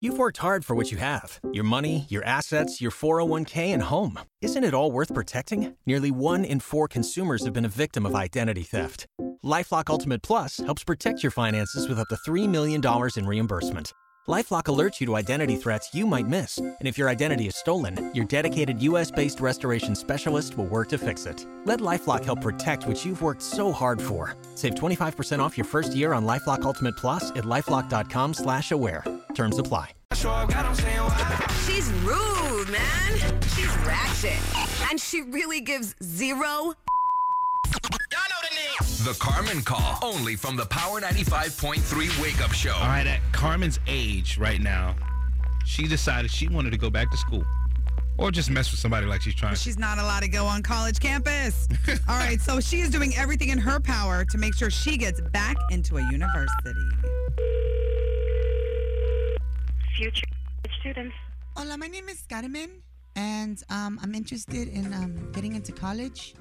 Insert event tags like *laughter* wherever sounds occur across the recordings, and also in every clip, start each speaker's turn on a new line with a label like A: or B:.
A: You've worked hard for what you have your money, your assets, your 401k, and home. Isn't it all worth protecting? Nearly one in four consumers have been a victim of identity theft. Lifelock Ultimate Plus helps protect your finances with up to $3 million in reimbursement. Lifelock alerts you to identity threats you might miss. And if your identity is stolen, your dedicated US based restoration specialist will work to fix it. Let Lifelock help protect what you've worked so hard for. Save 25% off your first year on Lifelock Ultimate Plus at lifelock.com slash aware. Terms apply.
B: She's rude, man. She's ratchet. And she really gives zero.
C: The Carmen Call, only from the Power 95.3 Wake Up Show.
D: All right, at Carmen's age right now, she decided she wanted to go back to school or just mess with somebody like she's trying to.
E: She's not allowed to go on college campus. All right, so she is doing everything in her power to make sure she gets back into a university.
F: future students.
G: Hola, my name is Carmen, and um, I'm interested in um, getting into college.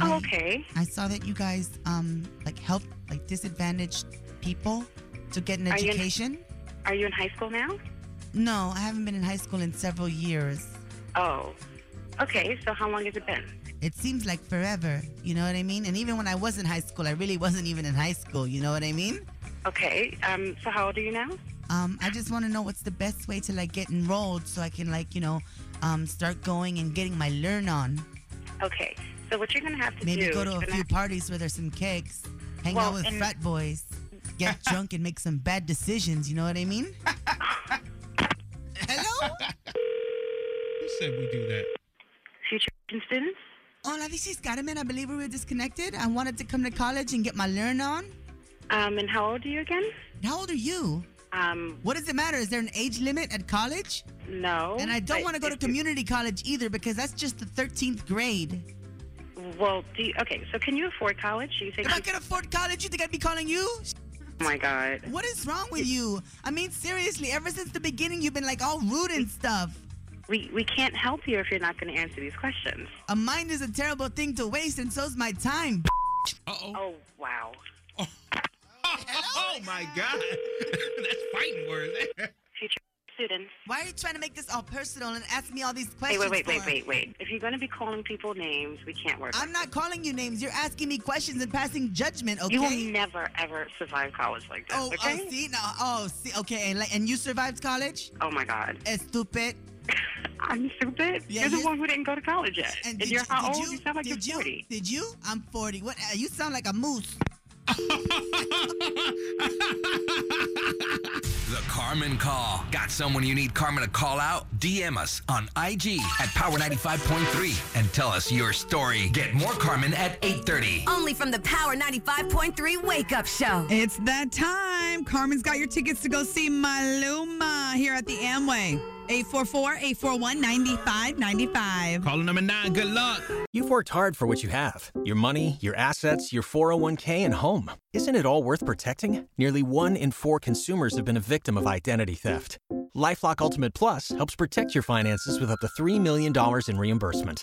F: Oh,
G: I-
F: okay.
G: I saw that you guys um, like help like disadvantaged people to get an
F: Are you in-
G: education.
F: Are you in high school now?
G: No, I haven't been in high school in several years.
F: Oh. Okay, so how long has it been?
G: It seems like forever. You know what I mean? And even when I was in high school, I really wasn't even in high school. You know what I mean?
F: Okay, um, so how old are you now?
G: Um, I just want to know what's the best way to like get enrolled so I can like you know um, start going and getting my learn on.
F: Okay, so what you're going to have to
G: Maybe
F: do.
G: go to
F: you're
G: a
F: gonna-
G: few parties where there's some cakes, hang
F: Well,
G: out with
F: and-
G: frat boys, get
F: *laughs*
G: drunk and make some bad decisions. You know what I mean? Hello?
D: Who said we do that? *laughs*
F: future students?
G: Hola, this is Carmen. I believe we were disconnected. I wanted to come to college and get my learn on.
F: Um, and how old are you again?
G: How old are you?
F: Um,
G: What does it matter? Is there an age limit at college?
F: no.
G: and I don't
F: but
G: want to go to
F: if you-
G: community college either because that's just the 13th grade.
F: Well, do you, okay, so can you afford college? You think
G: If I could afford college, you think I'd be calling you?
F: oh my God.
G: What is wrong with you? I mean, seriously, ever since the beginning, you've been like all rude and stuff.
F: We, we can't help you if you're not going to answer these questions.
G: A mind is a terrible thing to waste, and so's my time.
D: Uh-oh.
F: Oh, wow.
D: Oh, my God. *laughs* That's fighting words. *laughs*
F: Future students.
G: Why are you trying to make this all personal and ask me all these
F: Hey,
G: questions?
F: wait, wait, wait,
G: for?
F: wait, wait. If you're going to be calling people names, we can't work.
G: I'm not calling you names. You're asking me questions and passing judgment, okay?
F: You will never ever survive college like this.
G: oh,
F: okay?
G: oh, see, no, oh, see, okay, and, like, and you survived college?
F: Oh my God,
G: Eh, stupid.
F: I'm stupid.
G: Yeah,
F: you're the
G: you-
F: one who didn't go to college yet, and,
G: did
F: you're
G: you-
F: how
G: did
F: old? You, sound like
G: did
F: you're
G: you,
F: 40.
G: Did you? I'm 40. What? uh, You sound like a moose.
C: The Carmen Call. Got someone you need Carmen to call out? DM us on IG at Power 95.3 and tell us your story. Get more Carmen at 8.30.
B: Only from the Power 95.3 Wake Up Show.
E: It's that time. Carmen's got your tickets to go see Maluma here at the Amway. 844-841-9595.
D: Caller number nine, good luck.
A: You've worked hard for what you have your money, your assets, your 401k, and home. Isn't it all worth protecting? Nearly one in four consumers have been a victim of identity theft. Lifelock Ultimate Plus helps protect your finances with up to $3 million in reimbursement.